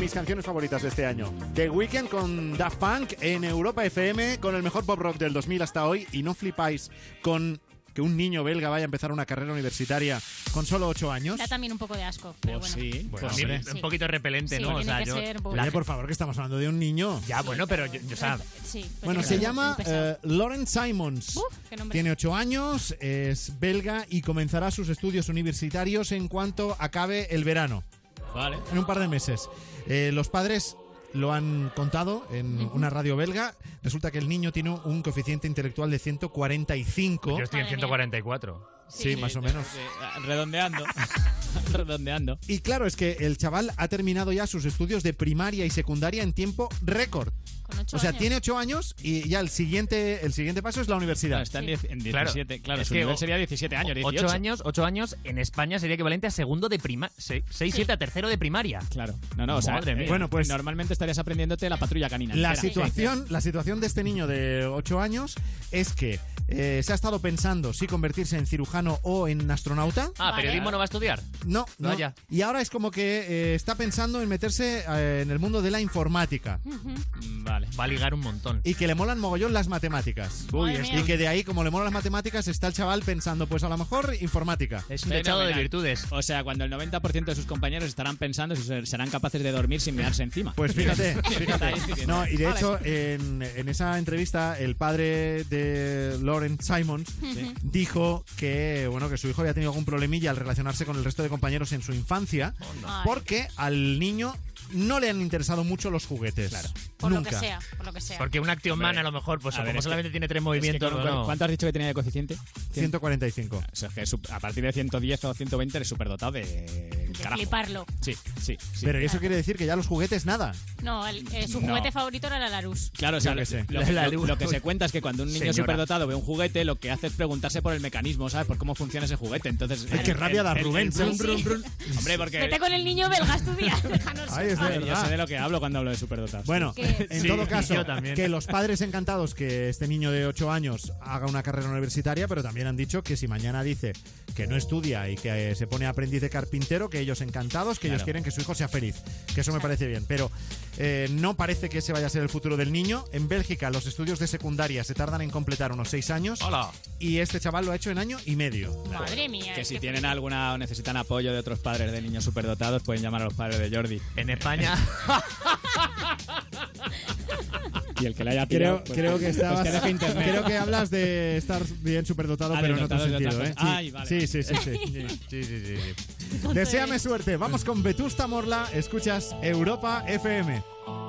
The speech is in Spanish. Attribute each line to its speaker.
Speaker 1: mis canciones favoritas de este año. The Weeknd con Daft Punk en Europa FM con el mejor pop rock del 2000 hasta hoy y no flipáis con que un niño belga vaya a empezar una carrera universitaria con solo 8 años.
Speaker 2: Da también un poco de asco. Pero
Speaker 3: Pues
Speaker 2: bueno.
Speaker 3: sí,
Speaker 1: Bueno,
Speaker 3: pues sí,
Speaker 1: hombre.
Speaker 3: un poquito repelente,
Speaker 2: Sí,
Speaker 3: ¿no? O
Speaker 2: tiene
Speaker 3: sea,
Speaker 2: que
Speaker 3: yo.
Speaker 2: ser bobo.
Speaker 3: la-
Speaker 1: Oye, por favor, que estamos hablando de un niño.
Speaker 3: Ya, bueno, pero yo, yo, o sea,
Speaker 2: Sí, pero
Speaker 1: Bueno,
Speaker 2: es
Speaker 1: se
Speaker 2: un
Speaker 1: llama
Speaker 2: pesado.
Speaker 1: eh, Lauren Simons.
Speaker 2: Uf, qué nombre.
Speaker 1: Tiene 8 años, es belga y comenzará sus estudios universitarios en cuanto acabe el verano,
Speaker 3: vale.
Speaker 1: en un par de meses. Eh, los padres lo han contado en una radio belga. Resulta que el niño tiene un coeficiente intelectual de 145.
Speaker 3: Yo estoy
Speaker 2: Madre
Speaker 3: en
Speaker 2: mía.
Speaker 3: 144.
Speaker 1: Sí, más o menos.
Speaker 4: eh, redondeando. redondeando.
Speaker 1: Y claro, es que el chaval ha terminado ya sus estudios de primaria y secundaria en tiempo récord.
Speaker 2: Con ocho
Speaker 1: O sea,
Speaker 2: años.
Speaker 1: tiene 8 años y ya el siguiente, el siguiente paso es la
Speaker 4: No,
Speaker 1: universidad.
Speaker 4: está en,
Speaker 2: Sí.
Speaker 4: diez- en
Speaker 3: Claro,
Speaker 4: 17. Claro,
Speaker 3: es
Speaker 4: su
Speaker 3: que
Speaker 4: nivel
Speaker 3: o-
Speaker 4: sería 17 años, 18.
Speaker 3: 8 años, 8 años en España sería equivalente a segundo de primaria. 6, 7 a tercero de primaria.
Speaker 4: Claro. No, no, o sea, eh,
Speaker 3: Madre mía.
Speaker 1: Bueno, pues-
Speaker 4: normalmente estarías aprendiéndote la patrulla canina.
Speaker 1: La
Speaker 4: entera.
Speaker 1: situación, la situación de este niño de 8 años es que eh, se ha estado pensando si convertirse en cirujano o en astronauta.
Speaker 3: Ah,
Speaker 2: Vale.
Speaker 3: periodismo no va a estudiar.
Speaker 1: No, no.
Speaker 3: Vaya.
Speaker 1: Y ahora es como que eh, está pensando en meterse eh, en el mundo de la informática
Speaker 4: Mm, Vale.
Speaker 3: Va a ligar un montón.
Speaker 1: y que le molan mogollón las matemáticas.
Speaker 2: Uy, Madre esto-
Speaker 1: y que de ahí, como le molan las matemáticas, está el chaval pensando, pues a lo mejor informática.
Speaker 3: Es un techado de
Speaker 4: Fenomenal.
Speaker 3: virtudes.
Speaker 4: O sea, cuando el 90% de sus compañeros estarán pensando si ser- serán capaces de dormir sin mirarse encima.
Speaker 1: Pues fíjate, fíjate.
Speaker 4: Estáis diciendo.
Speaker 1: No, y de
Speaker 4: Vale.
Speaker 1: hecho, en, en esa entrevista, el padre de Lauren Simons dijo que, bueno, que su hijo había tenido algún problemilla al relacionarse con el resto de compañeros en su infancia,
Speaker 2: Ay.
Speaker 1: porque al niño no le han interesado mucho los juguetes.
Speaker 2: Por
Speaker 1: Nunca.
Speaker 2: lo que sea, por lo que sea.
Speaker 3: Porque un Action Man a lo mejor, pues
Speaker 4: a ver,
Speaker 3: como
Speaker 4: es que-
Speaker 3: solamente tiene tres
Speaker 4: Es que
Speaker 3: movimientos,
Speaker 4: con-
Speaker 3: no.
Speaker 4: ¿Cuánto has dicho que tenía de coeficiente?
Speaker 1: 145.
Speaker 3: Ah,
Speaker 4: O sea, es que su- a partir de 110 o 120 eres superdotado de.
Speaker 2: De
Speaker 4: carajo.
Speaker 2: fliparlo.
Speaker 4: Sí, sí, sí.
Speaker 1: Pero eso quiere decir que ya los juguetes nada.
Speaker 2: No, el- eh, su
Speaker 4: No.
Speaker 2: juguete favorito era la Larus.
Speaker 4: Claro, o sea,
Speaker 1: Yo qué sé.
Speaker 4: lo,
Speaker 3: La- la
Speaker 4: lo-
Speaker 3: luz.
Speaker 4: lo que se cuenta es que cuando un niño
Speaker 3: Señora.
Speaker 4: superdotado ve un juguete, lo que hace es preguntarse por el mecanismo, ¿sabes? Por cómo funciona ese juguete. Entonces,
Speaker 1: Ay,
Speaker 4: el-
Speaker 1: qué rabia
Speaker 4: el-
Speaker 1: da
Speaker 4: el-
Speaker 1: Rubén,
Speaker 4: el brum,
Speaker 1: sí.
Speaker 4: brum, brum. Hombre,
Speaker 2: Vete
Speaker 4: porque
Speaker 2: con el niño belga a estudiar. déjanos
Speaker 1: Ay, es
Speaker 2: en paz.
Speaker 1: de-
Speaker 4: yo sé de lo que hablo cuando hablo de superdotados.
Speaker 1: Bueno,
Speaker 2: Que-
Speaker 1: en
Speaker 3: Sí,
Speaker 1: todo caso,
Speaker 3: yo también.
Speaker 1: que los padres encantados que este niño de 8 años haga una carrera universitaria, pero también han dicho que si mañana dice que no estudia y que eh, se pone aprendiz de carpintero, que ellos encantados, que ellos
Speaker 4: Claro.
Speaker 1: quieren que su hijo sea feliz. Que eso me parece bien. Pero eh, no parece que ese vaya a ser el futuro del niño. En Bélgica, los estudios de secundaria se tardan en completar unos 6 años.
Speaker 3: Hola.
Speaker 1: Y este chaval lo ha hecho en año y medio.
Speaker 2: Madre mía.
Speaker 4: que
Speaker 2: es
Speaker 4: si
Speaker 2: que-
Speaker 4: tienen alguna o necesitan apoyo de otros padres de niños superdotados, pueden llamar a los padres de Jordi.
Speaker 3: En España.
Speaker 4: Y el que le haya
Speaker 1: Creo,
Speaker 4: pillado, pues,
Speaker 1: creo que estabas-
Speaker 4: pues deje internet.
Speaker 1: creo que hablas de estar bien superdotado,
Speaker 4: Ah, de
Speaker 1: pero en otro
Speaker 4: dotados de otra
Speaker 1: sentido, ¿eh?
Speaker 4: cosa. Ay, vale.
Speaker 1: Sí, sí, sí, sí. Sí, sí, sí, sí. Deseame suerte. Vamos con Vetusta Morla. Escuchas Europa FM.
Speaker 5: Europa